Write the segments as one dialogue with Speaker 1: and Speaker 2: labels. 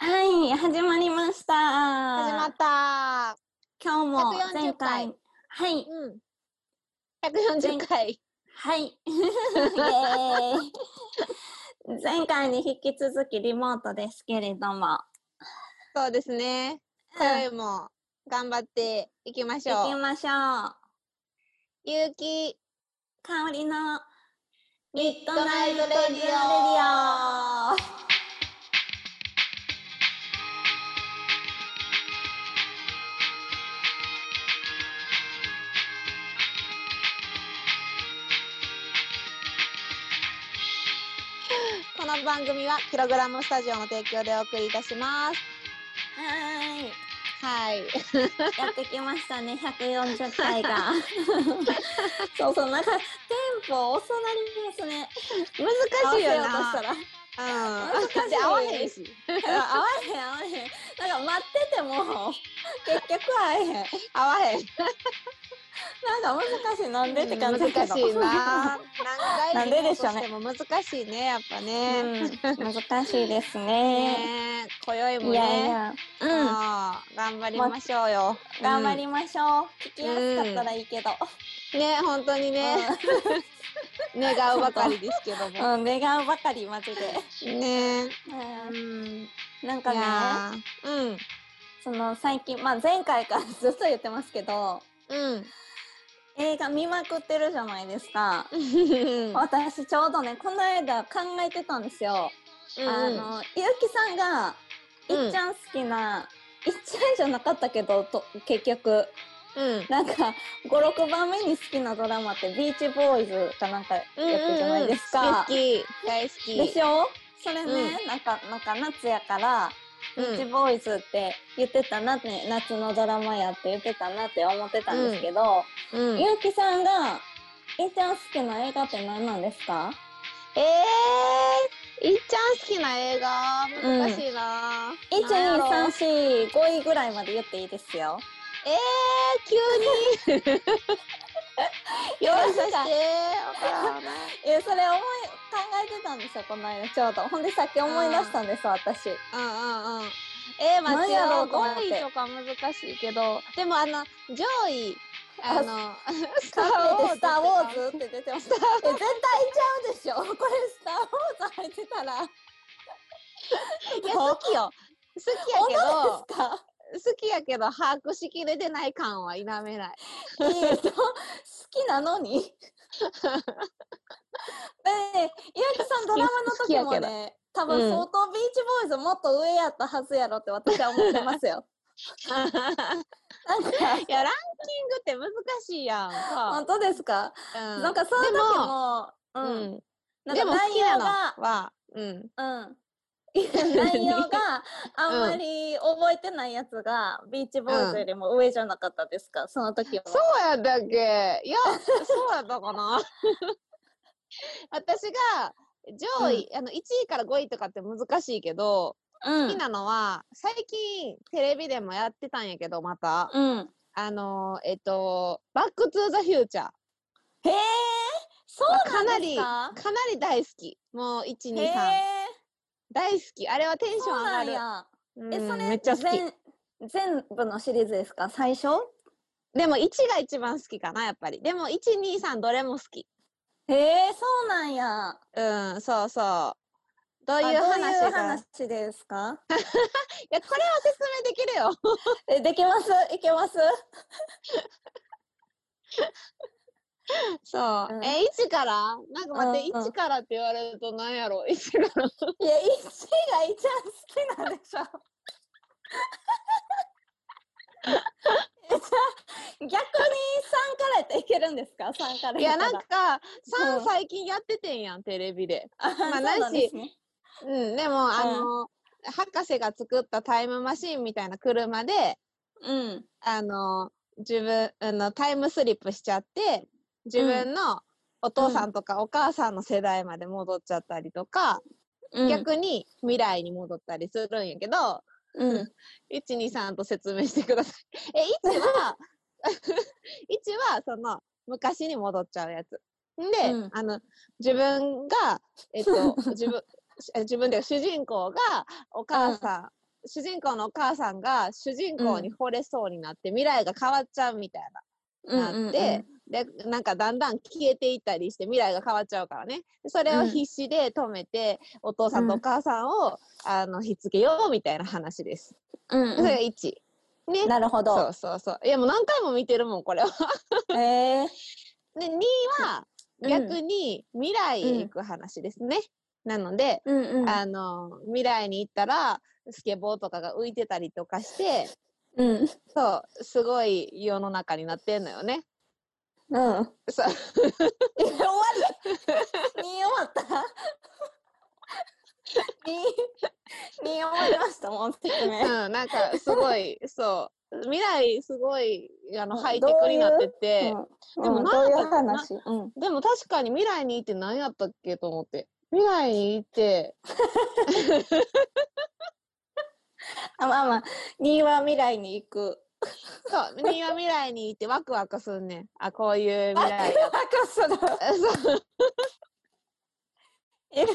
Speaker 1: い、始まりました。
Speaker 2: 始まった。
Speaker 1: 今日も
Speaker 2: 140
Speaker 1: 前
Speaker 2: 回
Speaker 1: 回。はい、
Speaker 2: うん。140回。
Speaker 1: はい。イエーイ前回に引き続きリモートですけれども。
Speaker 2: そうですね。今
Speaker 1: 行
Speaker 2: 宵も頑張っていきまし
Speaker 1: き
Speaker 2: ょう。
Speaker 1: ましょう。
Speaker 2: ゆうき、
Speaker 1: 香りのミッド
Speaker 2: ナ
Speaker 1: ナ
Speaker 2: イ
Speaker 1: イ
Speaker 2: ト
Speaker 1: ト
Speaker 2: レ
Speaker 1: レ
Speaker 2: デ
Speaker 1: デ
Speaker 2: ィオ
Speaker 1: ィオレディオ。
Speaker 2: この番組はキログラムスタジオの提供でお送りいたします。
Speaker 1: は
Speaker 2: はい。
Speaker 1: ーい、やってきましたね、140回が。 そうそう、なんかテンポ遅なりですね。
Speaker 2: 難しいよ
Speaker 1: 合わせようとした
Speaker 2: な。
Speaker 1: ら。
Speaker 2: うん。
Speaker 1: 難しい
Speaker 2: で、合わへんし。
Speaker 1: 合わへん合わへんなんか待ってても結局会えへんなんか
Speaker 2: 合わへん。
Speaker 1: 難しいなんでって感じだけ
Speaker 2: 難
Speaker 1: ど
Speaker 2: し いな。
Speaker 1: な
Speaker 2: 何回
Speaker 1: んで
Speaker 2: リモ
Speaker 1: で
Speaker 2: ー
Speaker 1: しょう
Speaker 2: ト
Speaker 1: ね
Speaker 2: しても難しいね、やっぱね。
Speaker 1: うん、難しいですね
Speaker 2: ねえ、今宵も
Speaker 1: いやい
Speaker 2: ね。
Speaker 1: やうん
Speaker 2: あー頑張りましょうよ。
Speaker 1: 頑張
Speaker 2: り
Speaker 1: りましょう聞きやすかったらいいけど、
Speaker 2: ね、本当にね、願うばかりですけ ども。
Speaker 1: うん、うん願うばかりマジで、
Speaker 2: ね、
Speaker 1: う
Speaker 2: うん、
Speaker 1: ん、なん
Speaker 2: い
Speaker 1: かね
Speaker 2: やーうん、
Speaker 1: その最近まあ前回からずっと言ってますけど
Speaker 2: うん、
Speaker 1: 映画見まくってるじゃないですか
Speaker 2: うん、
Speaker 1: 私ちょうどねこの間考えてたんですよあの、ゆうきさんが、
Speaker 2: うん
Speaker 1: いっちゃん好きな、いっちゃんじゃなかったけど、と結局、
Speaker 2: うん、
Speaker 1: なんか、5、6番目に好きなドラマって、ビーチボーイズかなんかやったじゃないです
Speaker 2: うんうんうん
Speaker 1: か。
Speaker 2: 好き、大好き。
Speaker 1: でしょそれね、なんか、なんか夏やから、
Speaker 2: う
Speaker 1: ビ
Speaker 2: ん
Speaker 1: ーチボーイズって言ってたなって、夏のドラマやって言ってたなって思ってたんですけど、
Speaker 2: うん、え
Speaker 1: ゆうきさんが、いっちゃん好きな映画って何なんですか
Speaker 2: ー、いっちゃん好きな映画、難しいな。
Speaker 1: ?1、
Speaker 2: なんや
Speaker 1: 2、
Speaker 2: ろ
Speaker 1: 3、4、5位ぐらいまで言っていいですよ。
Speaker 2: えー、急に。用意させて、わからない。
Speaker 1: えそれ思い考えてたんですよこの間ちょうどほんでさっき思い出したんです私
Speaker 2: うんうんうん。えー、待っ
Speaker 1: 何
Speaker 2: て
Speaker 1: やろ
Speaker 2: よ
Speaker 1: うと思っ
Speaker 2: 5
Speaker 1: て
Speaker 2: 位とか難しいけどでもあの上位あの 「ス
Speaker 1: 「カフェでスター・ウォーズ」
Speaker 2: ズ
Speaker 1: って出てましたえ絶対ちゃうでしょこれ「スター・ウォーズ」入ってたら
Speaker 2: とか」いや好きよ好きやけ
Speaker 1: 本
Speaker 2: ど
Speaker 1: 当ですか
Speaker 2: 好きやけど把握しきれてない感は否めない
Speaker 1: えっと好きなのにでゆうきさんドラマの時も
Speaker 2: 好きや
Speaker 1: ね多分相当ビーチボーイズもっと上やったはずやろって私は思ってますよなんか
Speaker 2: いやランキングって難しいやんか、
Speaker 1: 本当ですか、
Speaker 2: うん
Speaker 1: なんかそういう時も
Speaker 2: でも、うん
Speaker 1: なん
Speaker 2: で
Speaker 1: か
Speaker 2: も好
Speaker 1: 内
Speaker 2: きな
Speaker 1: 容
Speaker 2: の
Speaker 1: が
Speaker 2: はうん
Speaker 1: うん。内容があんまり覚えてないやつが、ビーチボーイズよりも上じゃなかったですかその時も。
Speaker 2: そうやったっけいやそうやったかな 私が上位、あの1位から5位とかって難しいけど、
Speaker 1: うん
Speaker 2: 好きなのは最近テレビでもやってたんやけどまた
Speaker 1: うん。
Speaker 2: あのーえっと「バック・トゥ・ザ・フューチャー
Speaker 1: へえそう」な
Speaker 2: かなん
Speaker 1: で
Speaker 2: り
Speaker 1: すか
Speaker 2: かなり大好きもう
Speaker 1: へえ
Speaker 2: 123大好きあれはテンショ
Speaker 1: そ
Speaker 2: ン
Speaker 1: うなん
Speaker 2: 上がる
Speaker 1: や。
Speaker 2: うん
Speaker 1: え、それ
Speaker 2: めっちゃ好き
Speaker 1: 全全部のシリーズですか最初
Speaker 2: でも1が一番好きかなやっぱりでも123どれも好き
Speaker 1: へえそうなんや。
Speaker 2: うんそうそうどう
Speaker 1: あ
Speaker 2: いう
Speaker 1: どう
Speaker 2: 話
Speaker 1: いう
Speaker 2: がい
Speaker 1: 話ですか
Speaker 2: やこれは説明できるよ
Speaker 1: え、できますいけます
Speaker 2: そう、
Speaker 1: うん
Speaker 2: え1からなんか待って、
Speaker 1: うんうん
Speaker 2: 1からって言われるとな んやろ1から
Speaker 1: いや、1位が一番好きなんでしょ。 えじゃあ逆に3からやったらいけるんですか三から
Speaker 2: いやなん
Speaker 1: った
Speaker 2: から
Speaker 1: う
Speaker 2: 3
Speaker 1: ん
Speaker 2: 最近やっててんやんテレビで。
Speaker 1: あ
Speaker 2: まあ
Speaker 1: そうなんですね
Speaker 2: うん、でもあの、博士が作ったタイムマシーンみたいな車で
Speaker 1: うん
Speaker 2: あの自分あのタイムスリップしちゃって自分のお父さんとかお母さんの世代まで戻っちゃったりとか、
Speaker 1: うん
Speaker 2: 逆に未来に戻ったりするんやけど
Speaker 1: うん
Speaker 2: 123と説明してください。え1は 1はその昔に戻っちゃうやつ。で、
Speaker 1: うん
Speaker 2: あの自 分がえっと自分え自分で主人公がお母さん、主人公のお母さんが主人公に惚れそうになって、未来が変わっちゃうみたい
Speaker 1: うん
Speaker 2: な、なって、でなんかだんだん消えていったりして未来が変わっちゃうからねでそれを必死で止めて、お父さんとお母さんを、あのひっつけようみたいな話です。
Speaker 1: うんうん
Speaker 2: それが1、ね
Speaker 1: なるほ
Speaker 2: そ
Speaker 1: ど
Speaker 2: う。そうそういやもう何回も見てるもんこれは。
Speaker 1: えー
Speaker 2: で2は
Speaker 1: うん
Speaker 2: 逆に未来へ行く話ですね。なので、
Speaker 1: うんうん
Speaker 2: あの未来に行ったらスケボーとかが浮いてたりとかして
Speaker 1: うん
Speaker 2: そうすごい世の中になってんの よね。
Speaker 1: うん。
Speaker 2: そ
Speaker 1: え終
Speaker 2: う
Speaker 1: わり見終わ った見見終わりましたもん説
Speaker 2: う
Speaker 1: 明
Speaker 2: ん、なんかすごいそう未来すごいあの
Speaker 1: うん
Speaker 2: ハイテクになってて
Speaker 1: うん
Speaker 2: でも
Speaker 1: うん
Speaker 2: な
Speaker 1: ど
Speaker 2: ん
Speaker 1: う
Speaker 2: か
Speaker 1: いう話うん
Speaker 2: でも確かに未来に行って何やったっけと思って未来に行って
Speaker 1: あまあまあ2は未来に行く
Speaker 2: そう君は未来に行ってワクワクすんねんあこういう
Speaker 1: あ
Speaker 2: 未来
Speaker 1: ワクワクする
Speaker 2: そう
Speaker 1: えそれ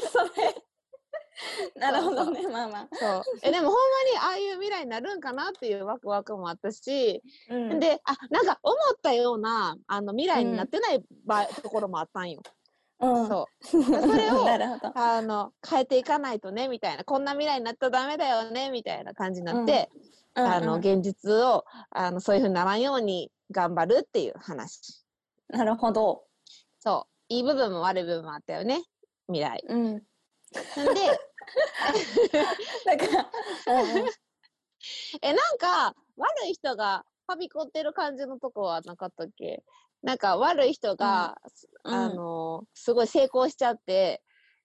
Speaker 1: なるほどねまあまあ
Speaker 2: そうえでもほんまにああいう未来になるんかなっていうワクワクもあったし
Speaker 1: うん
Speaker 2: で、あ、なんか思ったような、あの未来になってない場、ところもあったんよ。
Speaker 1: うん
Speaker 2: そ
Speaker 1: そ
Speaker 2: れを
Speaker 1: なるほど
Speaker 2: う。あの、変えていかないとね、みたいな。こんな未来になったらダメだよね、みたいな感じになって、あ
Speaker 1: うん
Speaker 2: の、
Speaker 1: うん
Speaker 2: 現実を、あの、そういうふうにならんように頑張るっていう話。
Speaker 1: なるほど
Speaker 2: そう。いい部分も悪い部分もあったよね。未来。
Speaker 1: うん
Speaker 2: なんで、
Speaker 1: だから
Speaker 2: え、なんか、悪い人が、はびこってる感じのとこはなかったっけなんか、悪い人が、
Speaker 1: うん
Speaker 2: あの、すごい成功しちゃって、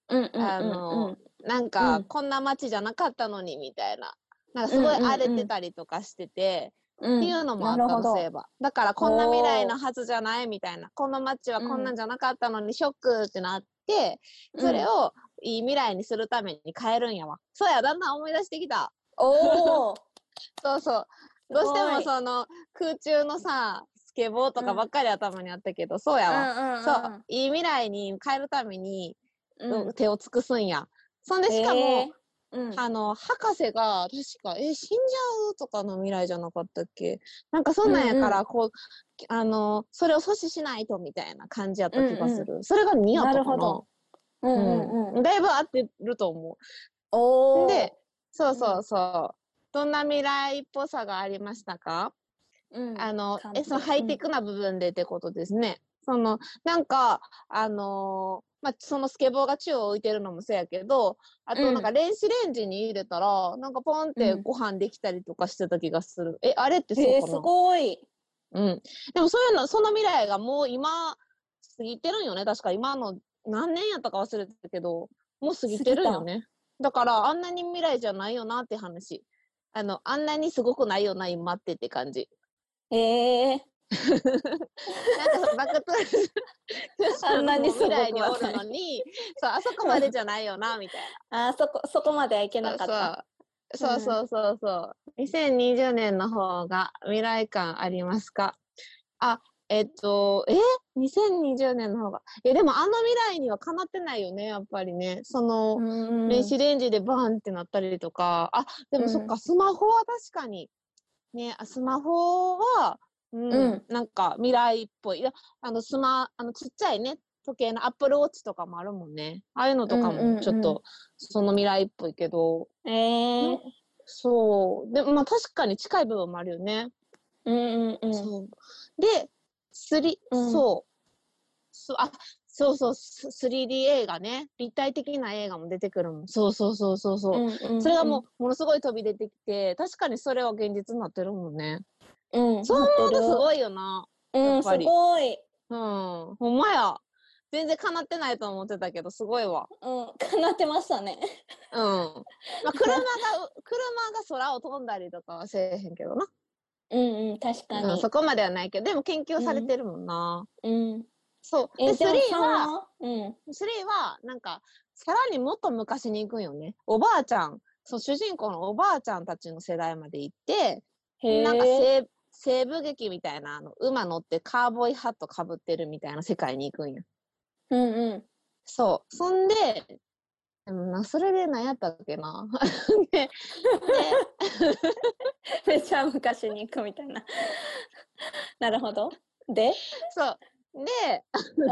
Speaker 1: うんうんうん
Speaker 2: あの
Speaker 1: うん
Speaker 2: なんか、
Speaker 1: うん
Speaker 2: こんな街じゃなかったのにみたいな。なんかすごい
Speaker 1: うんうんうん
Speaker 2: 荒れてたりとかしてて、
Speaker 1: うん
Speaker 2: っていうのもあっ
Speaker 1: なる
Speaker 2: た
Speaker 1: ほど
Speaker 2: のそういえばだからこんな未来のはずじゃないみたいなこの街はこんなんじゃなかったのにショックってなって、それをいい未来にするために変えるんやわそうやだんだん思い出してきた
Speaker 1: おお
Speaker 2: そうそうどうして
Speaker 1: すご
Speaker 2: も
Speaker 1: い
Speaker 2: その空中のさスケボーとかばっかり頭にあったけど、そうやわ、そういい未来に変えるために
Speaker 1: うんうんうん
Speaker 2: 手を尽くすんや、そんでしかも、
Speaker 1: えーうん
Speaker 2: あの、博士が、確か、え、死んじゃうとかの未来じゃなかったっけなんかそんなんやから、
Speaker 1: うん
Speaker 2: こう、あの、それを阻止しないとみたいな感じやった気がする。それが2やったか
Speaker 1: な
Speaker 2: な。
Speaker 1: るほどう
Speaker 2: うん
Speaker 1: うん
Speaker 2: ん、
Speaker 1: うん
Speaker 2: だいぶ合ってると思
Speaker 1: お
Speaker 2: う。
Speaker 1: お
Speaker 2: で、そうそううそう。どんな未来っぽさがありましたか、
Speaker 1: うん
Speaker 2: あの
Speaker 1: 感、
Speaker 2: え、
Speaker 1: じ
Speaker 2: そのハイテクな部分でってことですね。その、なんか、あのーまあ、そのスケボーが宙を浮いてるのもそうやけど、あと
Speaker 1: うん
Speaker 2: なんか電子レンジに入れたら、なんかポンって
Speaker 1: うん
Speaker 2: ご飯できたりとかしてた気がする。え、あれってそう
Speaker 1: えー
Speaker 2: か
Speaker 1: す
Speaker 2: な、
Speaker 1: ごい
Speaker 2: うん。でもそういうの、その未来がもう今、過ぎてるんよね。確か今の、何年やったか忘れてたけど、もう過ぎてるんよね。だから、あんなに未来じゃないよなって話。あの、あんなにすごくないよな、今ってって感じ。
Speaker 1: えー
Speaker 2: なんかさ、バックトゥーザフューチャー
Speaker 1: あんなに
Speaker 2: の
Speaker 1: すごく
Speaker 2: 未
Speaker 1: はない
Speaker 2: 来におるのに、そう、あそこまでじゃないよな、みたい
Speaker 1: あーそこそこまではいけなかった
Speaker 2: な。そうそうそうそうそう。2020年の方が未来感ありますかあ、えっと、え ?2020 年の方が。いや、でもあの未来にはかなってないよね、やっぱりね。その、
Speaker 1: うん
Speaker 2: 電子レンジでバーンってなったりとか。あ、でもそっ
Speaker 1: う
Speaker 2: か、スマホは確かに。ね、あスマホは、うん、
Speaker 1: うん
Speaker 2: なんか未来っぽい。いやあの、スマ、あの、ちっちゃいね、時計のアップルウォッチとかもあるもんね。ああいうのとか
Speaker 1: うんうんう
Speaker 2: も、
Speaker 1: ん
Speaker 2: ちょっと、その未来っぽいけど。
Speaker 1: えー
Speaker 2: そう。でも、まあ確かに近い部分もあるよね。
Speaker 1: うんうんうん
Speaker 2: そう。で、スリ、
Speaker 1: うん
Speaker 2: そう。そう、あ、そうそう、ス 3D 映画ね。立体的な映画も出てくるもん。そうそうそうそうそう。
Speaker 1: うんうん
Speaker 2: それがもう、ものすごい飛び出てきて、確かにそれは現実になってるもんね。
Speaker 1: うん
Speaker 2: そう思うとす
Speaker 1: い
Speaker 2: ごいよな。
Speaker 1: う
Speaker 2: や
Speaker 1: ん
Speaker 2: っ
Speaker 1: す
Speaker 2: ぱり
Speaker 1: ごい
Speaker 2: うん。ほんまや。全然叶ってないと思ってたけど、すごいわ。
Speaker 1: うんかなってましたね
Speaker 2: う ん。まあ、車が、車が空を飛んだりとかはせえへんけどな。
Speaker 1: うんうん確か
Speaker 2: うん、
Speaker 1: に
Speaker 2: そこまではないけど、でも研究されてるもんな。
Speaker 1: うん
Speaker 2: そう。
Speaker 1: え
Speaker 2: で、
Speaker 1: ーじ
Speaker 2: 3
Speaker 1: ゃあ
Speaker 2: は、
Speaker 1: その
Speaker 2: 3は、なんか、さらにもっと昔に行くんよね。おばあちゃん、そう、主人公のおばあちゃんたちの世代まで行って、
Speaker 1: うんへえ
Speaker 2: なんか西西部劇みたいな、あの、馬乗ってカーボーイハットかぶってるみたいな世界に行くんよ。
Speaker 1: うんうん
Speaker 2: そう。そんで、でもな、それで何やったっけな。 で、で
Speaker 1: めっちゃ昔に行くみたいな。 なるほど。で、
Speaker 2: そう。で、
Speaker 1: うん、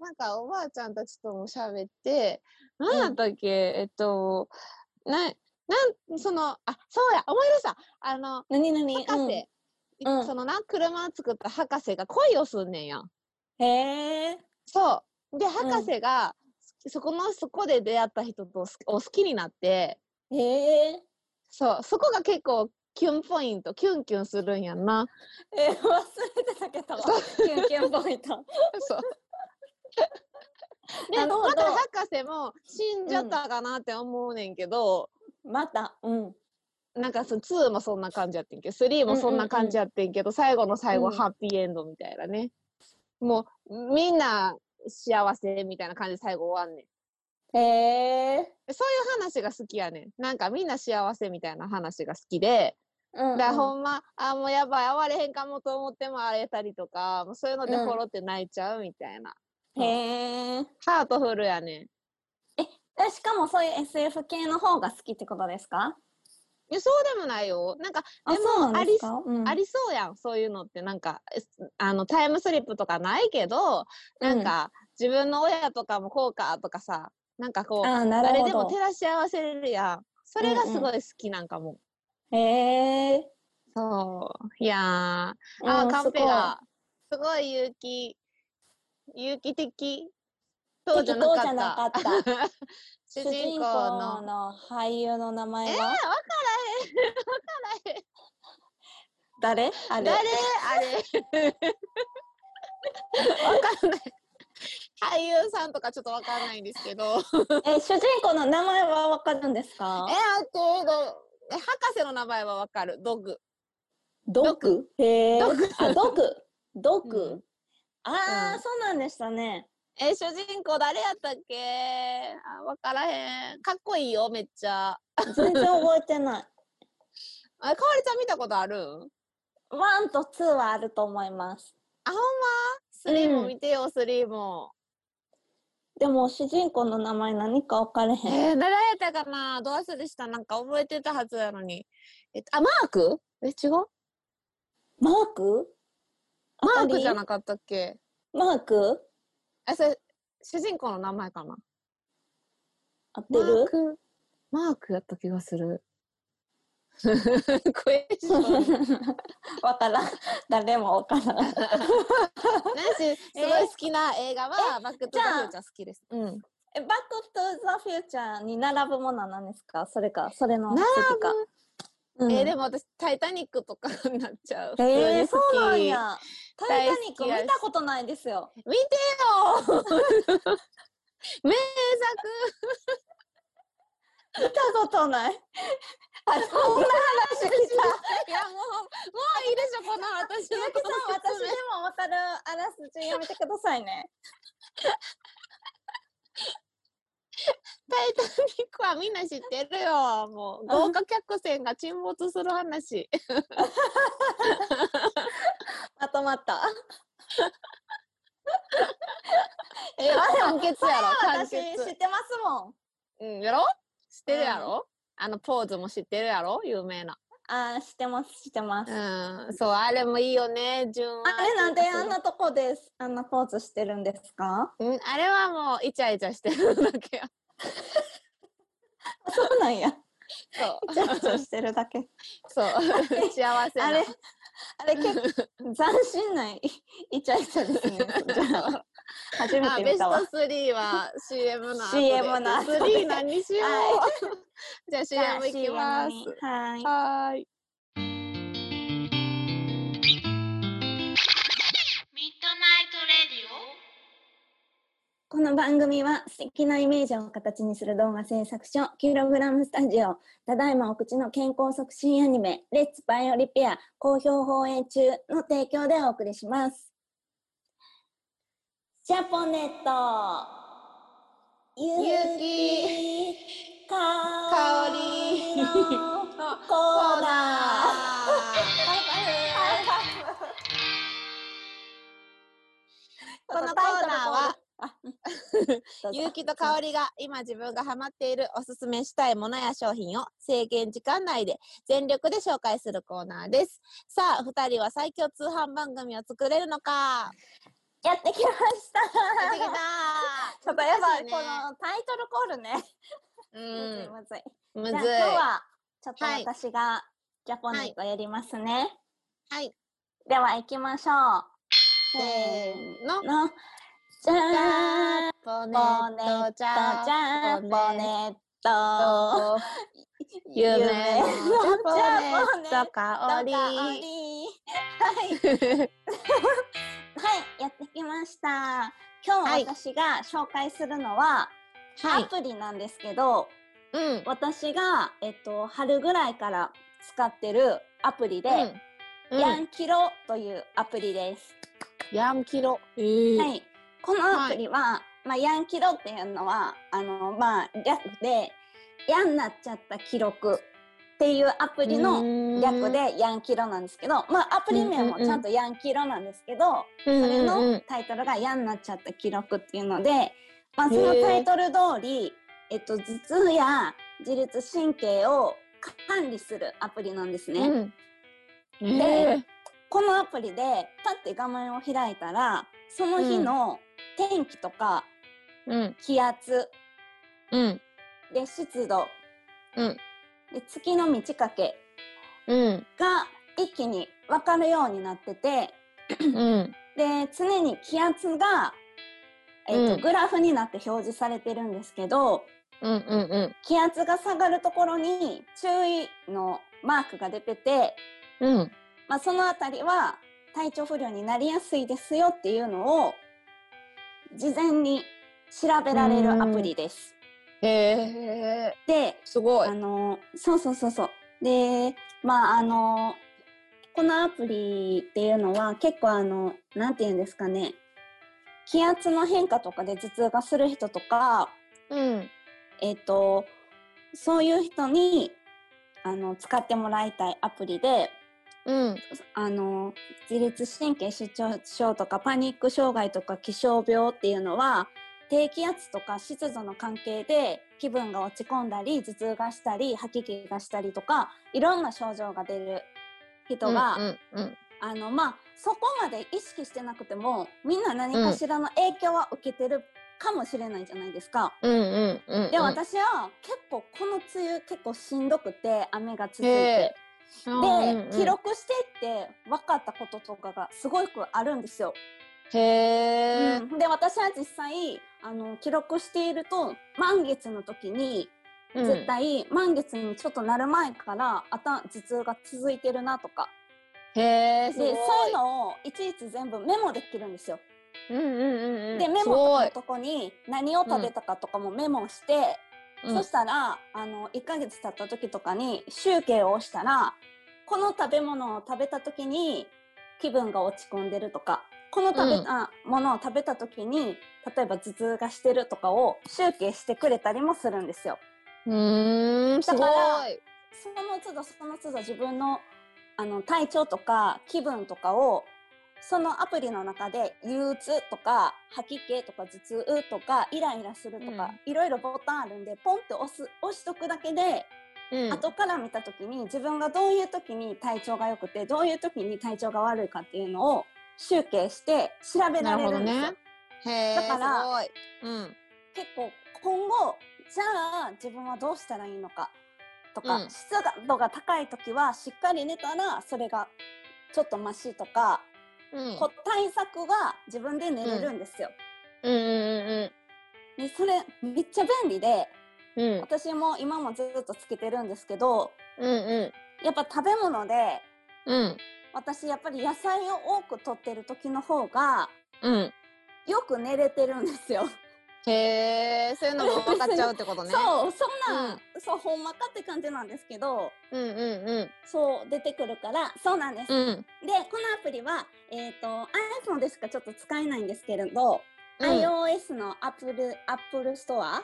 Speaker 2: なんかおばあちゃんたちとも喋って、何やったっけ、えっと、な、なん、その、あ、そうや、思い出したあの、
Speaker 1: 何々
Speaker 2: 博士、
Speaker 1: うんうん
Speaker 2: そのな、車作った博士が恋をすんねんやん。
Speaker 1: うん、へえ。
Speaker 2: そう。で、博士が、そこの、そこで出会った人とすを好きになって、
Speaker 1: へえ。
Speaker 2: そう、そこが結構キュンポイント、キュンキュンするんや んな。
Speaker 1: えー、忘れてたけど、キュンキュンポイント。
Speaker 2: そう。で、
Speaker 1: な
Speaker 2: だ
Speaker 1: るほど
Speaker 2: から博士も死んじゃったかなって思うねんけど、
Speaker 1: また、うん。
Speaker 2: なんかその2もそんな感じやってんけど、3もそんな感じやってんけど、最後の最後、
Speaker 1: うん
Speaker 2: ハッピーエンドみたいなね。もう、みんな幸せみたいな感じで最後終わんねん。
Speaker 1: へえ。
Speaker 2: でそういう話が好きやねん。なんかみんな幸せみたいな話が好きで、
Speaker 1: うん、う
Speaker 2: だ
Speaker 1: ん。
Speaker 2: からほんま、あ、もうやばい、会われへんかもと思っても会えたりとか、もうそういうので
Speaker 1: うん
Speaker 2: ほろって泣いちゃうみたいな。
Speaker 1: へえ。
Speaker 2: ハートフルやねん。
Speaker 1: え、しかもそういう SF 系の方が好きってことですか
Speaker 2: いやそうでもないよ。なんか、
Speaker 1: あ、
Speaker 2: でも
Speaker 1: そうなんですかうん
Speaker 2: ありそうやん、そういうのって。なんか、えすあの、タイムスリップとかないけど、なんか、自分の親とかもこうかとかさ、なんかこう、
Speaker 1: あ、なる
Speaker 2: 誰
Speaker 1: ほ
Speaker 2: でも
Speaker 1: ど
Speaker 2: 照。らし合わせれるやん。それがすごい好きなんかも。
Speaker 1: へえ。
Speaker 2: そう。いやー。あ
Speaker 1: うん
Speaker 2: ー、カンペ。
Speaker 1: す
Speaker 2: が、すごい勇気、勇気的。
Speaker 1: ご
Speaker 2: そ
Speaker 1: いう
Speaker 2: じゃ
Speaker 1: 適当
Speaker 2: な
Speaker 1: じゃな
Speaker 2: か
Speaker 1: か
Speaker 2: っ。
Speaker 1: ったた。
Speaker 2: 主
Speaker 1: 主
Speaker 2: 人
Speaker 1: 人
Speaker 2: 公
Speaker 1: 公
Speaker 2: の。
Speaker 1: の俳優の名前
Speaker 2: えー、わ
Speaker 1: は
Speaker 2: からへん。
Speaker 1: 誰あれ
Speaker 2: 誰あれ わかんない。俳優さんとかちょっとわかんないんですけど。え、待
Speaker 1: え、主人公の名前はわかるんですか
Speaker 2: って、どえ博士の名前はわかる。ドグ。
Speaker 1: ドクへえ。
Speaker 2: ドク
Speaker 1: あ、ドク。ド
Speaker 2: う
Speaker 1: ク。あ
Speaker 2: う
Speaker 1: あ、
Speaker 2: ん
Speaker 1: そうなんでしたね。
Speaker 2: え、主人公誰やったっけあわからへん。かっこいいよ、めっちゃ。
Speaker 1: 全然覚えてない。
Speaker 2: あ、かわりちゃん見たことあるん
Speaker 1: ワンとツーはあると思います。
Speaker 2: あ、ほんまスリー
Speaker 1: う
Speaker 2: も
Speaker 1: ん
Speaker 2: 見てよ、スリーも。
Speaker 1: でも主人公の名前何か分かれへん。
Speaker 2: えー、誰やったかなどう忘れしたなんか覚えてたはずやのに。えっと、あ、マークえ、違う
Speaker 1: マーク
Speaker 2: マークじゃ
Speaker 1: い
Speaker 2: なかったっけ
Speaker 1: マーク
Speaker 2: あ、それ、主人公の名前かな
Speaker 1: 合って
Speaker 2: マー
Speaker 1: る
Speaker 2: ク、マークやった気がする。 クエスチョン。 なん
Speaker 1: わからん。誰もわからん。
Speaker 2: し、すごい好きな映画は、バックトゥザフューチャー好きです。うん。
Speaker 1: え、バックトゥザフューチャーに並ぶものは何ですかそれか、それの
Speaker 2: 並
Speaker 1: 次か。うん
Speaker 2: えーでも私、タイタニックとかになっちゃう。
Speaker 1: えー
Speaker 2: 普通に好
Speaker 1: そう
Speaker 2: き
Speaker 1: なん。や。タイタニック
Speaker 2: 大好きやし
Speaker 1: 見たことないですよ。
Speaker 2: 見て よ名作
Speaker 1: 見たことない。 あ、そんな話した。
Speaker 2: いや、もう、もういいでしょ、この私
Speaker 1: ゆ
Speaker 2: の
Speaker 1: うき
Speaker 2: この
Speaker 1: さん、私
Speaker 2: 説
Speaker 1: で
Speaker 2: 明
Speaker 1: も渡るあらすじやめてくださいね。
Speaker 2: タイタニックはみんな知ってるよ。もう、豪華客船が沈没する話。
Speaker 1: まとまった。
Speaker 2: え、完結やろ、完
Speaker 1: 私知
Speaker 2: 結。
Speaker 1: ってますもん。
Speaker 2: うん、やろ知ってるやろ、あのポーズも知ってるやろ有名な。
Speaker 1: あー、知ってます、知ってます。
Speaker 2: うん、そう、あれもいいよね、純愛
Speaker 1: あれなんで
Speaker 2: というか
Speaker 1: あんなとこであんなポーズしてるんですか
Speaker 2: うん、あれはもうイチャイチャしてるだけや。
Speaker 1: あそうなんや。
Speaker 2: そ
Speaker 1: ちゃちゃしてる だけ。
Speaker 2: う、そう、幸せな。
Speaker 1: あれ、あれ結構斬新ないイチャイチャ ですね。じゃあ初め
Speaker 2: あ
Speaker 1: て
Speaker 2: ベ
Speaker 1: 見
Speaker 2: ス
Speaker 1: た
Speaker 2: ト
Speaker 1: わ。
Speaker 2: 3は CM の後で。
Speaker 1: CM の後で
Speaker 2: 3何しよ
Speaker 1: は
Speaker 2: う。じゃあ CM いきます。
Speaker 1: はい。
Speaker 2: はーい。
Speaker 3: ミッドナイトレディオ
Speaker 1: この番組は素敵なイメージを形にする動画制作所キログラムスタジオただいまお口の健康促進アニメレッツバイオリペア好評放映中の提供でお送りしますジャポネット
Speaker 2: ゆう
Speaker 1: ゆきか
Speaker 2: かお
Speaker 1: おり
Speaker 2: り
Speaker 1: の
Speaker 2: の
Speaker 1: コー ナー
Speaker 2: このコーナーは
Speaker 1: あどうぞ
Speaker 2: 勇気と香りが今自分がハマっているおすすめしたいものや商品を制限時間内で全力で紹介するコーナーです。さあ、二人は最強通販番組を作れるのか
Speaker 1: やってきました
Speaker 2: やってきた
Speaker 1: ちょっとやば
Speaker 2: 難し
Speaker 1: い、
Speaker 2: ね
Speaker 1: このタイトルコールね。
Speaker 2: うん
Speaker 1: むずい。
Speaker 2: む
Speaker 1: むずい。
Speaker 2: ず
Speaker 1: じゃあ
Speaker 2: い。
Speaker 1: 今日は、ちょっと
Speaker 2: はい
Speaker 1: 私がジャポニックをやりますね。
Speaker 2: はい。
Speaker 1: では行きましょう。
Speaker 2: せーの。
Speaker 1: の。じゃ
Speaker 2: ジ
Speaker 1: ー
Speaker 2: ャポネ
Speaker 1: ボネ
Speaker 2: ッ
Speaker 1: ッ
Speaker 2: ト、
Speaker 1: ト、
Speaker 2: ジ
Speaker 1: じ
Speaker 2: ャ
Speaker 1: ゃーボネッ
Speaker 2: ポネッ
Speaker 1: ト。夢
Speaker 2: ト、夢の
Speaker 1: の
Speaker 2: ジャポネット
Speaker 1: 香
Speaker 2: 香
Speaker 1: り。
Speaker 2: り。
Speaker 1: はい。はい、やってきました。今
Speaker 2: はい
Speaker 1: 日私が紹介するのは、
Speaker 2: は
Speaker 1: ア
Speaker 2: い。
Speaker 1: プリなんですけど、
Speaker 2: うん。
Speaker 1: 私が、えっと、春ぐらいから使ってるアプリで、
Speaker 2: うん、
Speaker 1: ヤンキロというアプリです。
Speaker 2: ヤンキロ。ええ
Speaker 1: はい。このアプリは、まあ、ヤンキロっていうのは、あの、まあ、略で、ヤになっちゃった記録っていうアプリの略、でヤンキロなんですけど、まあ、アプリ名もちゃんとヤンキロなんですけど、
Speaker 2: そ
Speaker 1: それ
Speaker 2: うんうん
Speaker 1: のタイトルが「嫌になっちゃった記録」っていうので、まあ、そのタイトル通り、えっと、頭痛や自律神経を管理するアプリなんですね。
Speaker 2: うんえ
Speaker 1: このアプリでパッて画面を開いたらその日の天気とか
Speaker 2: えうん
Speaker 1: 気圧
Speaker 2: うん
Speaker 1: で湿度、
Speaker 2: うん
Speaker 1: で月の満ち欠け
Speaker 2: うん
Speaker 1: が一気に分かるようになってて
Speaker 2: うん
Speaker 1: で常に気圧が、えっと
Speaker 2: うん
Speaker 1: グラフになって表示されてるんですけど、
Speaker 2: うんうんうん
Speaker 1: 気圧が下がるところに注意のマークが出てて、
Speaker 2: うん
Speaker 1: まあ、そのあたりは体調不良になりやすいですよっていうのを事前に調べられるアプリです。
Speaker 2: へえ
Speaker 1: で、
Speaker 2: すごい
Speaker 1: あの、そうそうそうそう。で、まああの、このアプリっていうのは結構あの、なんて言うんですかね、気圧の変化とかで頭痛がする人とか、
Speaker 2: うん
Speaker 1: えっ、と、そういう人に、あの、使ってもらいたいアプリで、
Speaker 2: うん
Speaker 1: あの、自律神経失調症とかパニック障害とか気象病っていうのは、低気圧とか湿度の関係で気分が落ち込んだり、頭痛がしたり、吐き気がしたりとか、いろんな症状が出る人が、
Speaker 2: うんうん
Speaker 1: あの、まあ、そこまで意識してなくても、みんな何かしらの影響は受けてるかもしれないじゃないですか。
Speaker 2: うんうんうん
Speaker 1: で、私は結構この梅雨結構しんどくて雨が続い
Speaker 2: へ
Speaker 1: て
Speaker 2: で
Speaker 1: で、記録してって分かったこととかがすごくあるんですよ。
Speaker 2: へえ
Speaker 1: うんで私は実際あの記録していると満月の時に絶対満月にちょっとなる前から頭頭痛が続いてるなとか
Speaker 2: へえ
Speaker 1: ですそう
Speaker 2: ごい
Speaker 1: いうのをいちいち全部メモできるんですよ。
Speaker 2: うんうんうんうん
Speaker 1: でメ
Speaker 2: す
Speaker 1: モ
Speaker 2: ご
Speaker 1: の
Speaker 2: い
Speaker 1: とこに何を食べたかとかもメモして、
Speaker 2: うん
Speaker 1: そしたらあの1ヶ月経った時とかに集計をしたらこの食べ物を食べた時に気分が落ち込んでるとかこの食べたものを食べた時に例えば頭痛がしてるとかを集計してくれたりもするんですよ。
Speaker 2: うーんすご
Speaker 1: だから
Speaker 2: い
Speaker 1: その都度その都度自分のあの体調とか気分とかをそのアプリの中で憂鬱とか吐き気とか頭痛とかイライラするとか、いろいろボタンあるんでポンって押す押しとくだけで、
Speaker 2: うん
Speaker 1: 後から見た時に自分がどういう時に体調が良くてどういう時に体調が悪いかっていうのを集計して調べられるんですよ。
Speaker 2: なるほどねへえ
Speaker 1: だから
Speaker 2: すごいうん
Speaker 1: 結構今後じゃあ自分はどうしたらいいのかとか、
Speaker 2: うん
Speaker 1: 湿度が高い時はしっかり寝たらそれがちょっとマシとか、
Speaker 2: うん
Speaker 1: こう対策が自分で寝れるんですよ。
Speaker 2: うんうん
Speaker 1: でそれめっちゃ便利で
Speaker 2: うんうん
Speaker 1: 私も今もずっとつけてるんですけど
Speaker 2: うんうん
Speaker 1: やっぱ食べ物で
Speaker 2: うん
Speaker 1: 私やっぱり野菜を多く摂ってる時の方が
Speaker 2: うん
Speaker 1: よく寝れてるんですよ。
Speaker 2: へえそういうのも分かっちゃうって ことね
Speaker 1: そうそんな、
Speaker 2: うん
Speaker 1: ん、そうほんまかって感じなんですけど
Speaker 2: うんうんうん
Speaker 1: そう出てくるからそうなんです。
Speaker 2: うん
Speaker 1: で、このアプリは、えっ、と、iPhone でしかちょっと使えないんですけれど、
Speaker 2: うん
Speaker 1: iOS の Apple, Apple Store、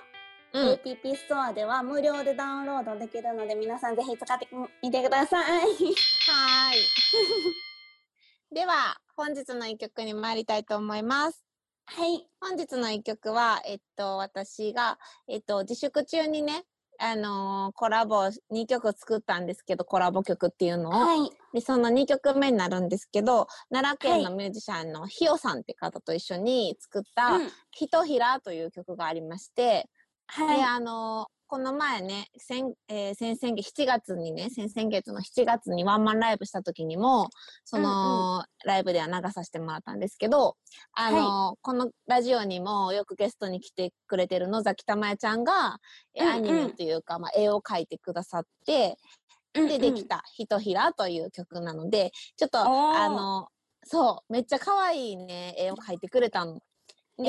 Speaker 2: うん
Speaker 1: APP ストアでは無料でダウンロードできるので、皆さんぜひ使ってみてくださ い。
Speaker 2: はーいでは本日の一曲に参りたいと思います
Speaker 1: はい。
Speaker 2: 本日の一曲は、えっと、私が、えっと、自粛中にね、あのーコラボ2曲作ったんですけど、コラボ曲っていうのを、
Speaker 1: はい。
Speaker 2: で、その2曲目になるんですけど、奈良県のミュージシャンのひよさんって方と一緒に作った、
Speaker 1: うん
Speaker 2: ひとひらという曲がありまして、で、
Speaker 1: は
Speaker 2: あのーこの前ね、先、えー先々月、7月にね、先々月の7月にワンマンライブした時にも、その、ライブでは流させてもらったんですけど、あのーこのラジオにもよくゲストに来てくれてる野崎珠也ちゃんが、
Speaker 1: う
Speaker 2: え
Speaker 1: んうん
Speaker 2: アニメというか、まあ、絵を描いてくださって、
Speaker 1: い。
Speaker 2: ででき
Speaker 1: た。
Speaker 2: た「ひとひら」という曲なのでちょっと
Speaker 1: おー
Speaker 2: あのそうめっちゃ可愛いね絵を描いてくれたの。で、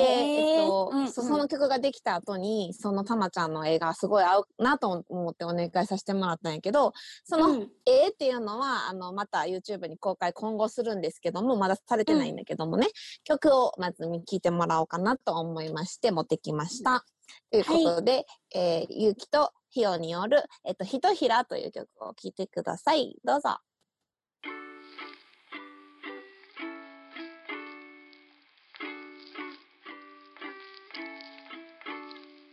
Speaker 1: えー
Speaker 2: えっと
Speaker 1: うん
Speaker 2: そ
Speaker 1: うん
Speaker 2: その曲ができた後にそのたまちゃんの絵がすごい合うなと思ってお願いさせてもらったんやけどその
Speaker 1: うん
Speaker 2: 絵っていうのは、あのまた YouTube に公開今後するんですけどもまだされてないんだけどもね、曲をまず聴いてもらおうかなと思いまして持ってきました。ということで、えーゆうきとひよによる「えっと、ひとひら」という曲を聴いてくださいどうぞ。
Speaker 3: い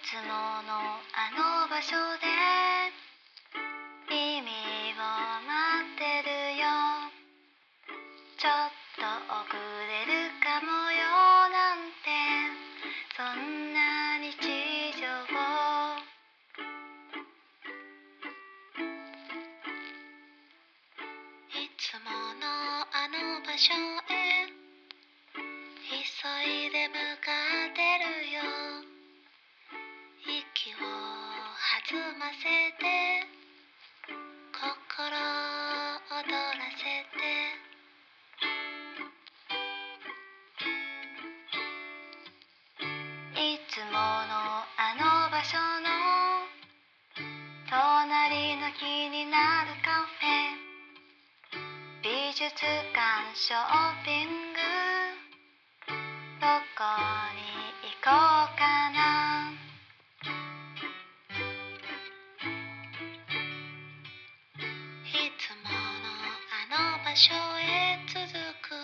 Speaker 3: つものあの場所で君を待ってるよちょっと遅れるかもよなんてそんな日常いつものあの場所へ急いで向かってるよ息を弾ませて心を躍らせていつものあの場所の隣の気になるカフェ美術館ショッピングどこに行こうかないつものあの場所へ続く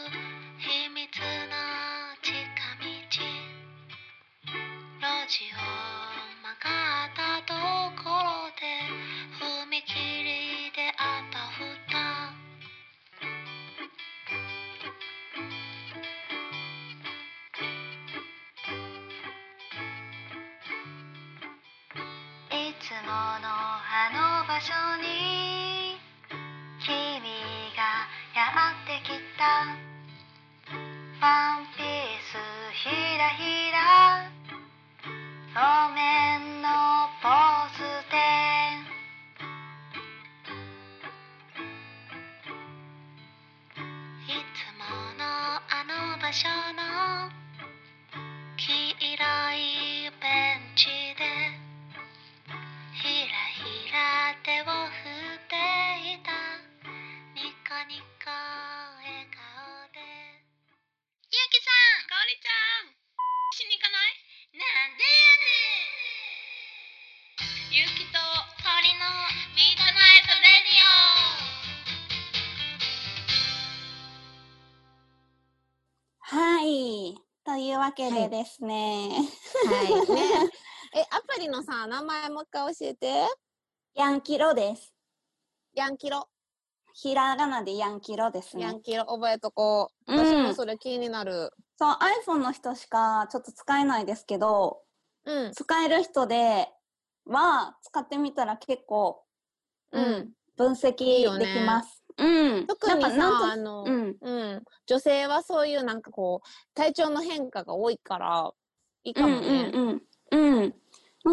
Speaker 3: 秘密の近道路地を曲がったところで踏切であったふたいつものあの場所に君がやってきたワンピースひらひらお面のポーズでいつものあの場所の黄色いベンチでひらひら手を振っていたニコニコ笑顔でゆうきさんかおりちゃんしに行かないなんでやねんゆうきとかおりのミートナイトレディ
Speaker 1: はい。というわけ
Speaker 2: は
Speaker 1: で
Speaker 2: い
Speaker 1: ですね。
Speaker 2: はいね、 えアプリのさ名前もう一回教えて
Speaker 1: ヤンキロです。
Speaker 2: ヤンキロ
Speaker 1: ひらがなでヤンキロです
Speaker 2: ヤ
Speaker 1: ね。
Speaker 2: ンキロ覚えとこう
Speaker 1: うん
Speaker 2: 私もそれ気になる
Speaker 1: そう、iPhone の人しかちょっと使えないですけど、
Speaker 2: うん
Speaker 1: 使える人では使ってみたら結構、
Speaker 2: うん、
Speaker 1: 分析
Speaker 2: いいよ
Speaker 1: で
Speaker 2: ね
Speaker 1: きます。うん。
Speaker 2: 特に
Speaker 1: な
Speaker 2: さ
Speaker 1: んかなんと
Speaker 2: あの、
Speaker 1: うん。
Speaker 2: うん、女性はそういうなんかこう体調の変化が多いからいいかもね、
Speaker 1: うんうんうん。うん。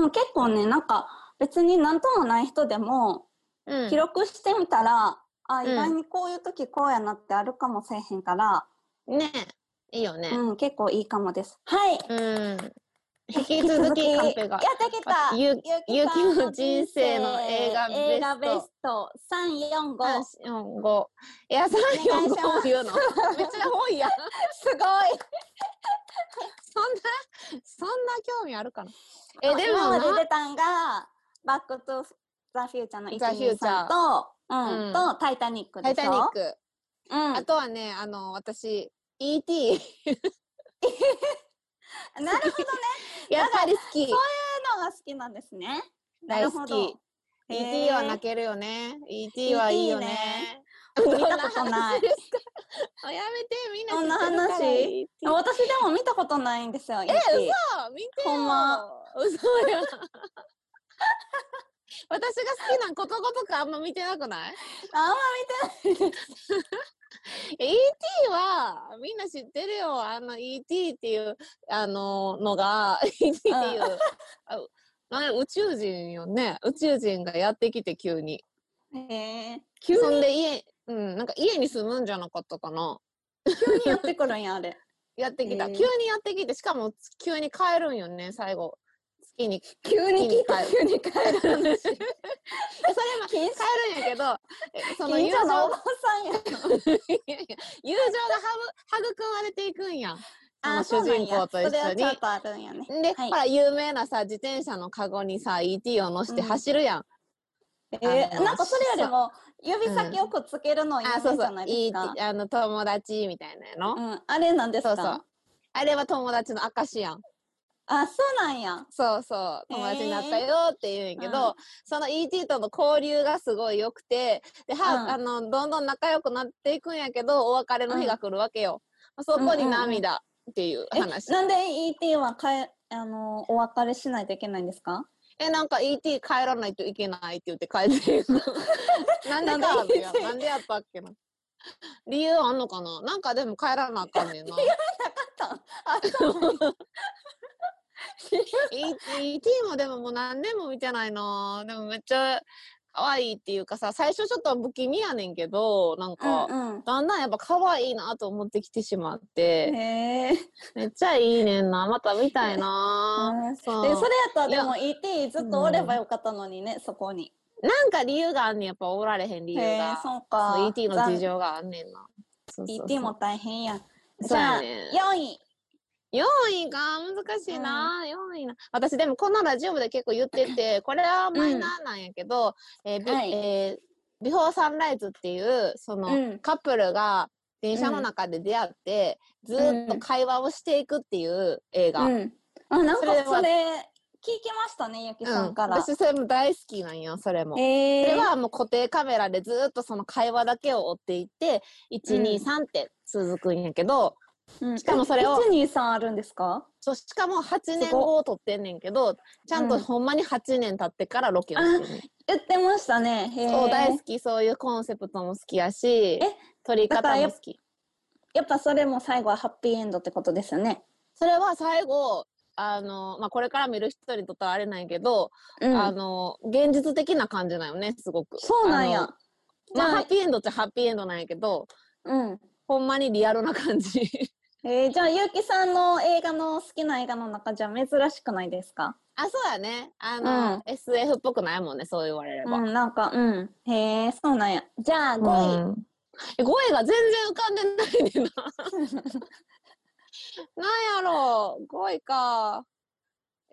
Speaker 1: もう結構ね、なんか別になんともない人でも、
Speaker 2: うん
Speaker 1: 記録してみたら、あ、
Speaker 2: ん
Speaker 1: 意外にこういう時こうやなってあるかもしれへんから、
Speaker 2: ねいいよね。
Speaker 1: うん、結構いいかもです。はい。
Speaker 2: うん。引き続きカンペ
Speaker 1: やっ
Speaker 2: が。
Speaker 1: てきた
Speaker 2: ゆ
Speaker 1: ゆきさん
Speaker 2: ゆきの人生の映画ベスト
Speaker 1: 映画ベスト345。
Speaker 2: 三四五。いや、三
Speaker 1: お願い
Speaker 2: 四
Speaker 1: しま
Speaker 2: 五
Speaker 1: す
Speaker 2: 言うの。めっちゃ多いやん。
Speaker 1: すご
Speaker 2: そんな、そんな興味あるかな。え、
Speaker 1: い
Speaker 2: で
Speaker 1: 今
Speaker 2: も
Speaker 1: まで
Speaker 2: な、
Speaker 1: 出たんが、バックトゥザ・フューチャーの
Speaker 2: The Future
Speaker 1: 123と、う
Speaker 2: うん
Speaker 1: ん、と、タイタニック
Speaker 2: タ
Speaker 1: で
Speaker 2: イ
Speaker 1: し
Speaker 2: タニッ
Speaker 1: ょ
Speaker 2: ク。
Speaker 1: うん
Speaker 2: あとはね、あの、私、 E.T.
Speaker 1: なるほどね。
Speaker 2: やっぱり好き。
Speaker 1: そういうのが好きなんですね。な
Speaker 2: 大
Speaker 1: る
Speaker 2: 好
Speaker 1: ほ
Speaker 2: き。
Speaker 1: ど。へ
Speaker 2: E.T.
Speaker 1: ー
Speaker 2: は泣けるよね。E.T. はいいよね。
Speaker 1: 見たことない。
Speaker 2: あやめて、みんな
Speaker 1: そんな
Speaker 2: 知ってるから
Speaker 1: 話
Speaker 2: E.T.
Speaker 1: 私でも見たことないんですよ。え、
Speaker 2: 嘘見てよ。
Speaker 1: ほんま
Speaker 2: 嘘や。 私が好きなんことごとくあんま見てなくない
Speaker 1: あんま
Speaker 2: ?E.T. はみんな知ってるよ。あの E.T. っていうあののが E.T. っていう、あなんか宇宙人よね。宇宙人がやってきて急に。
Speaker 1: へー
Speaker 2: 急にそんで家、うん、なんか家に住むんじゃなかったかな。
Speaker 1: 急にやってくるんや、あれ。
Speaker 2: やってきた、
Speaker 1: えー
Speaker 2: 急にやってきてしかも急に帰るんよね最後月 に
Speaker 1: 急に聞いた、
Speaker 2: 帰
Speaker 1: 急に帰 る話。
Speaker 2: それも帰るんやけどえその友
Speaker 1: 近
Speaker 2: 情
Speaker 1: 所のおば
Speaker 2: が
Speaker 1: さんや。
Speaker 2: いやいや友情がはぐ育まれていくんや
Speaker 1: あ、
Speaker 2: その主人公と一緒に
Speaker 1: そうなんやそれはちょっとあるんやね。
Speaker 2: で、
Speaker 1: はい
Speaker 2: ほら有名なさ自転車のカゴにさ ET を乗せて走るやん、
Speaker 1: え
Speaker 2: あ
Speaker 1: ー、
Speaker 2: の
Speaker 1: なんかそれよりも指先をくっつけるの有
Speaker 2: あ
Speaker 1: 名
Speaker 2: そう
Speaker 1: じ
Speaker 2: そ
Speaker 1: ゃ
Speaker 2: う
Speaker 1: ないです
Speaker 2: ET
Speaker 1: か。
Speaker 2: あの友達みたいなの、
Speaker 1: うん、あれなんです
Speaker 2: そ
Speaker 1: か
Speaker 2: うそうあれは友達の証やん
Speaker 1: あ、そうなんや。
Speaker 2: そうそう友達になったよって言うんやけど、
Speaker 1: うん
Speaker 2: その ET との交流がすごい良くてでは、
Speaker 1: うん
Speaker 2: あのどんどん仲良くなっていくんやけどお別れの日が来るわけよ、そこに涙っていう
Speaker 1: え
Speaker 2: 話、
Speaker 1: なんで ET はかえあのお別れしないといけないんですか
Speaker 2: えなんか ET 帰らないといけないって言って帰っていくなんでかってやなんでやったっけな理由あんのかななんかでも帰らなあかんねんな
Speaker 1: あ、そうなんや
Speaker 2: E- ET もでももう何年も見てないなでもめっちゃ可愛いっていうかさ最初ちょっと不気味やねんけどなんか、
Speaker 1: うんうん。
Speaker 2: だんだんやっぱ可愛いなと思ってきてしまって、
Speaker 1: へえ。
Speaker 2: めっちゃいいねんなまた見たいな、
Speaker 1: うん
Speaker 2: そう
Speaker 1: でそれやったら
Speaker 2: いや
Speaker 1: でも ET ずっとおればよかったのにね、そこに。
Speaker 2: なんか理由があんねんやっぱおられへん理
Speaker 1: へ
Speaker 2: 由
Speaker 1: え
Speaker 2: が、
Speaker 1: そう
Speaker 2: そ
Speaker 1: か。
Speaker 2: う ET の事情があんねんなそうそうそう
Speaker 1: ET も大変や。じ
Speaker 2: そう
Speaker 1: ゃあ、
Speaker 2: やね
Speaker 1: 4位。
Speaker 2: 4位が難しいな、4位な私でもこのラジオで結構言って てこれはマイナーなんやけど、えーび
Speaker 1: はい
Speaker 2: えービフォーサンライズっていうその、
Speaker 1: うん
Speaker 2: カップルが電車の中で出会って、ずーっと会話をしていくっていう映画、
Speaker 1: うん。あ、なんか
Speaker 2: それは
Speaker 1: それ聞きましたね、ゆきさんから。
Speaker 2: うん私それも大好きなんよそれも。
Speaker 1: え
Speaker 2: そ
Speaker 1: ー、
Speaker 2: れはもう固定カメラでずーっとその会話だけを追っていって123って続くんやけど、
Speaker 1: うん
Speaker 2: しかもそれを
Speaker 1: え123あるんですか
Speaker 2: そうしかも8年
Speaker 1: すご
Speaker 2: 後を撮ってんねんけどちゃん
Speaker 1: う
Speaker 2: と
Speaker 1: ん
Speaker 2: ほんまに8年経ってからロケをしてんねん
Speaker 1: 言ってましたね。へー
Speaker 2: そう大好きそういうコンセプトも好きやし撮り
Speaker 1: だか
Speaker 2: 方
Speaker 1: らや
Speaker 2: も
Speaker 1: っ
Speaker 2: 好き
Speaker 1: やっぱそれも最後はハッピーエンドってことですよね。
Speaker 2: それは最後あの、まあ、これから見る人にとってはあれなんやけど、
Speaker 1: うん、
Speaker 2: あの現実的な感じなんよねすごく
Speaker 1: そうなん
Speaker 2: あ
Speaker 1: や
Speaker 2: の。まあ
Speaker 1: じゃあ
Speaker 2: ハッピーエンドっちゃハッピーエンドなんやけど
Speaker 1: うん。
Speaker 2: ほんまにリアルな感じ
Speaker 1: えー、じゃあ、ゆうきさんの映画の好きな映画の中じゃ珍しくないですか
Speaker 2: あそうやねあの、
Speaker 1: うん
Speaker 2: SF っぽくないもんねそう言われれば、
Speaker 1: うん、なんか、うん。へえ、そうなんや。じゃあ、5位。
Speaker 2: うんえ五位が全然浮かんでないねん な。なんやろう、5位か。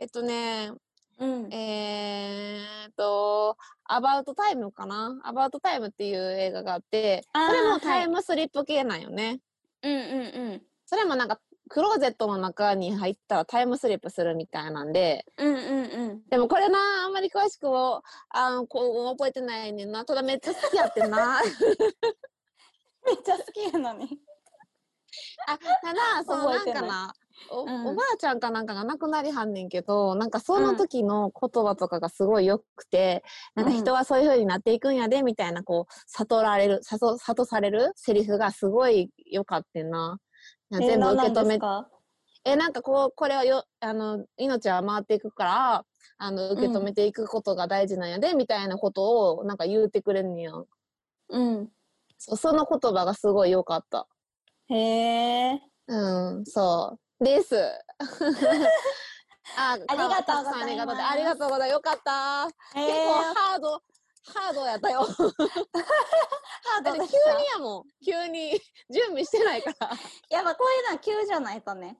Speaker 2: えっとね、
Speaker 1: うん。
Speaker 2: えー、っと、アバウトタイムかな。アバウトタイムっていう映画があって、
Speaker 1: あー
Speaker 2: それも
Speaker 1: は
Speaker 2: タ
Speaker 1: い
Speaker 2: イムスリップ系なんよね。
Speaker 1: うんうん
Speaker 2: それもなんか、クローゼットの中に入ったらタイムスリップするみたいなんで、
Speaker 1: うん。うんうんうん。
Speaker 2: でもこれな、あんまり詳しくも、あの、こう、覚えてないねんな。ただめっちゃ好きやってんな。
Speaker 1: めっちゃ好きやのに。
Speaker 2: あただその
Speaker 1: 覚
Speaker 2: な
Speaker 1: えて
Speaker 2: んか
Speaker 1: ない
Speaker 2: なお,、
Speaker 1: うん
Speaker 2: おばあちゃんかなんかが亡くなりはんねんけどなんかその時の言葉とかがすごいよくて、なんか人はそういう風になっていくんやでみたいなこう悟られる悟悟されるセリフがすごいよかってんな。なんか全部受
Speaker 1: え
Speaker 2: け止め
Speaker 1: ー何なんですか
Speaker 2: えなんかこうこれはよあの命は回っていくからあの受け止めていくことが大事なんやで、みたいなことをなんか言うてくれんねやん
Speaker 1: うん。
Speaker 2: そその言葉がすごいよかった。
Speaker 1: へえ。
Speaker 2: うん、そう。です。
Speaker 1: ありがとうございます
Speaker 2: あ、たくさんありがとうありがとうございます。よかった。
Speaker 1: へ
Speaker 2: 結
Speaker 1: え
Speaker 2: 構。ハード、ハードやったよ。
Speaker 1: ハード
Speaker 2: だって
Speaker 1: で
Speaker 2: 急
Speaker 1: し
Speaker 2: に
Speaker 1: た
Speaker 2: やもん。急に 準備してないから。
Speaker 1: やっぱこういうのは急じゃないとね。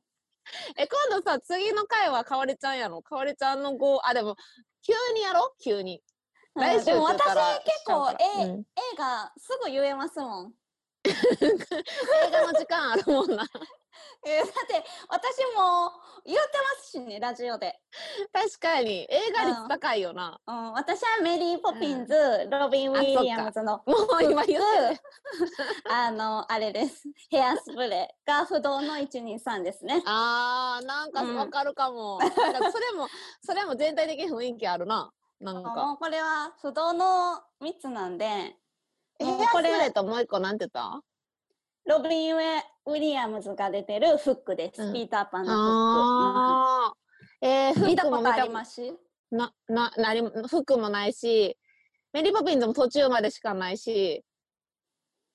Speaker 2: え、今度さ、次の回はかわれちゃんやろ。かわれちゃんの号、あ、でも、急にやろ急
Speaker 1: う
Speaker 2: に。
Speaker 1: ん
Speaker 2: 来週
Speaker 1: でも
Speaker 2: って言
Speaker 1: 私
Speaker 2: ったら
Speaker 1: 結構
Speaker 2: しちゃうから
Speaker 1: え
Speaker 2: うん
Speaker 1: 映画すぐ言えますもん。
Speaker 2: 映画の時間あるもんな。
Speaker 1: えーだって私も言ってますしねラジオで、
Speaker 2: 確かに。映画率高いよな。
Speaker 1: うん、私はメリー・ポピンズ、ロビン・ウ
Speaker 2: あ
Speaker 1: ィリアムズの
Speaker 2: もう今言ってる。
Speaker 1: あのあれですヘアスプレーが不動の123ですね
Speaker 2: あー、なんか
Speaker 1: うん
Speaker 2: わかるかも。なんかそれも、 それも全体的に雰囲気あるな。なんか。
Speaker 1: もうこれは不動の3つなんで
Speaker 2: ヘ
Speaker 1: もう
Speaker 2: アス
Speaker 1: こ
Speaker 2: プ
Speaker 1: れ
Speaker 2: レーともう一個なんて言った
Speaker 1: ロビン・ウェウィリアムズが出てるフックです、
Speaker 2: うん
Speaker 1: ピーター・パンの
Speaker 2: あー。えー、
Speaker 1: フック、うん
Speaker 2: 服
Speaker 1: 見たこ
Speaker 2: も
Speaker 1: とあ
Speaker 2: 見た
Speaker 1: ります
Speaker 2: な、な、なり、服もないし、メリーポピンズも途中までしかないし、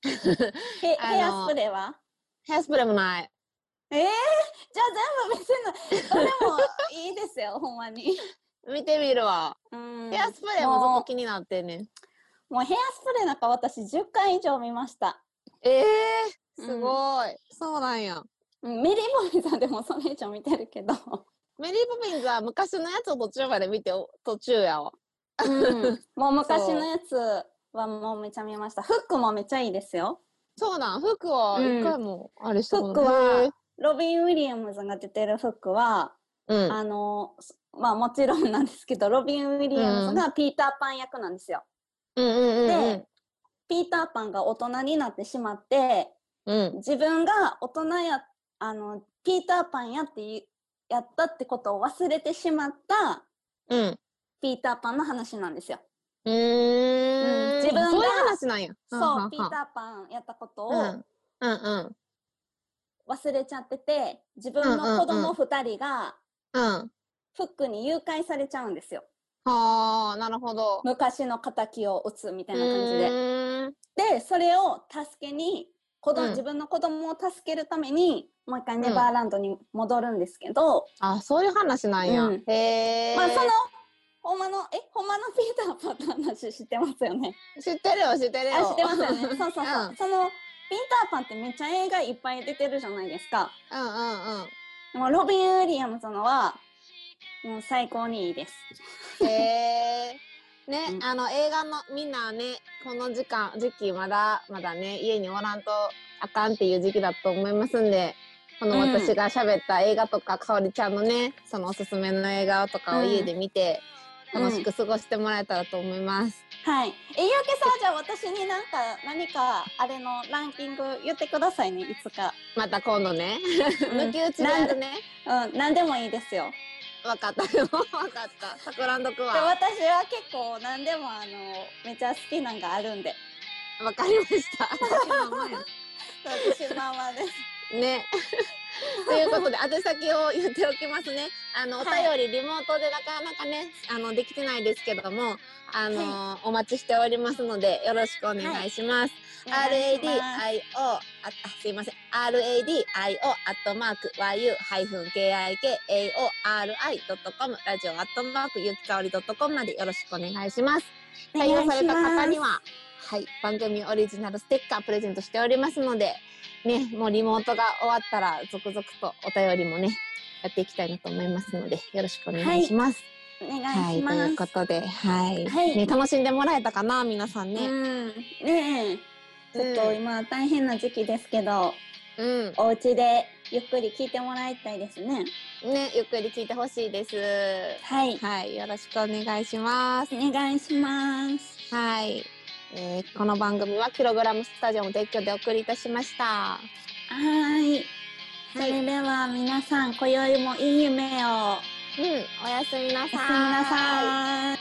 Speaker 1: へ
Speaker 2: あの
Speaker 1: ヘアスプレーは
Speaker 2: ヘアスプレーもない。
Speaker 1: えー、じゃあ全部見せないどれもいいですよほんまに、
Speaker 2: 見てみるわ。
Speaker 1: うん、
Speaker 2: ヘアスプレーもずっと気になってんねん。
Speaker 1: もうヘアスプレーなんか私10回以上見ました。
Speaker 2: ええ
Speaker 1: う
Speaker 2: ー、
Speaker 1: ん
Speaker 2: すごい、そうなんや。
Speaker 1: うんメリー・モリさんでもそれ以上見てるけど。
Speaker 2: メリー・ポピンズは昔のやつを途中まで見てお途中やわ。
Speaker 1: もう昔のやつはもうめちゃ見ました。フックもめちゃいいですよ。
Speaker 2: そうなん、服は一回もあれしたこと
Speaker 1: 服は
Speaker 2: ない。
Speaker 1: ロビン・ウィリアムズが出てるフックは、
Speaker 2: うん、
Speaker 1: あの、すまあもちろんなんですけど、ロビン・ウィリアムズがピーター・パン役なんですよ。
Speaker 2: うんうんうん
Speaker 1: ピーター・パンが大人になってしまって、
Speaker 2: うん。
Speaker 1: 自分が大人や、あの、ピーター・パンやっていやったってことを忘れてしまった
Speaker 2: うん。うん。
Speaker 1: ピーター・パンの話なんですよ。
Speaker 2: うーん。
Speaker 1: 自分が
Speaker 2: そういう話なんや。
Speaker 1: そう、ピー
Speaker 2: ー
Speaker 1: ターパンやったことを
Speaker 2: うんうん
Speaker 1: 忘れちゃってて、自分の子供2人が
Speaker 2: うんうん。
Speaker 1: フックに誘拐されちゃうんですよ。
Speaker 2: はあ、なるほど。
Speaker 1: 昔の敵を打つみた
Speaker 2: う
Speaker 1: いな感じで。
Speaker 2: ーん
Speaker 1: で、それを助けに、子供
Speaker 2: うん
Speaker 1: 自分の子供を助けるために、もう一回ネバーランドに戻るんですけど、
Speaker 2: あ、そういう話なんや。
Speaker 1: うん
Speaker 2: へえ。
Speaker 1: まあその、ほんまの、え、ほんまのピーターパンの話知ってますよ ね。
Speaker 2: 知ってるよ、知ってるよ。
Speaker 1: あ、知ってますよ ね。そうそうそう。
Speaker 2: うん
Speaker 1: その、ピーターパンってめっちゃ映画いっぱい出てるじゃないですか。
Speaker 2: うんうんうん。
Speaker 1: でもロビン・ウィリアムズのはもう最高にいいです。
Speaker 2: へえ。ね、
Speaker 1: うん
Speaker 2: あの映画のみんなね、この時間、時期まだまだね、家におらんとあかんっていう時期だと思いますんで、この
Speaker 1: うん
Speaker 2: 私が喋った映画とか、かおりちゃんのね、そのおすすめの映画とかを
Speaker 1: うん
Speaker 2: 家で見て、
Speaker 1: うん
Speaker 2: 楽しく過ごしてもらえたらと思います。
Speaker 1: はい。え、ゆうけさんはじゃあ私になんか何かあれのランキング言ってくださいね、いつ か。
Speaker 2: また今度ね、
Speaker 1: うん
Speaker 2: 抜き打ちでやるね。
Speaker 1: うん、何でもいいですよ。
Speaker 2: わかった よ、わかった。さくらんどく
Speaker 1: で
Speaker 2: わ。
Speaker 1: 私は結構何でもあのめちゃ好きなんがあるんで。
Speaker 2: わかりました。私の思い
Speaker 1: 私ママ です。
Speaker 2: ね。 ということで、宛先を言っておきますね。あの、お便
Speaker 1: は
Speaker 2: り、リモートでなかなかね、あの、できてないですけども、あのお待ちしておりますので、よろしくお願いします。
Speaker 1: お願
Speaker 2: RADIO、
Speaker 1: いし
Speaker 2: あ
Speaker 1: ます、
Speaker 2: あすいません。RADIO、アットマーク、YU-KIKAORI.com、ラジオ、アットマーク、ゆきかおり .com までよろしくお願いします。採用された方には、はい、番組オリジナルステッカープレゼントしておりますので、ね、もうリモートが終わったら、続々とお便りもね、やっていきたいなと思いますので、よろしくお願いします。
Speaker 1: お願
Speaker 2: はいい、
Speaker 1: します。
Speaker 2: ということで、はい、
Speaker 1: はい
Speaker 2: ね、楽しんでもらえたかな、皆さん
Speaker 1: ね。う
Speaker 2: ね。
Speaker 1: ん。ねえ。ちょっと今大変な時期ですけど、
Speaker 2: うん、
Speaker 1: お家でゆっくり聞いてもらいたいですね。
Speaker 2: ね、ゆっくり聞いてほしいです。
Speaker 1: はい。
Speaker 2: はい、よろしくお願いします。
Speaker 1: お願いします。
Speaker 2: はい。えーこの番組はキログラムスタジオの提供でお送りいたしました。
Speaker 1: はーい。それでは皆さん、今宵もいい夢を。
Speaker 2: うん、おやすみな
Speaker 1: お
Speaker 2: さ
Speaker 1: や
Speaker 2: ーい。
Speaker 1: すみなさい。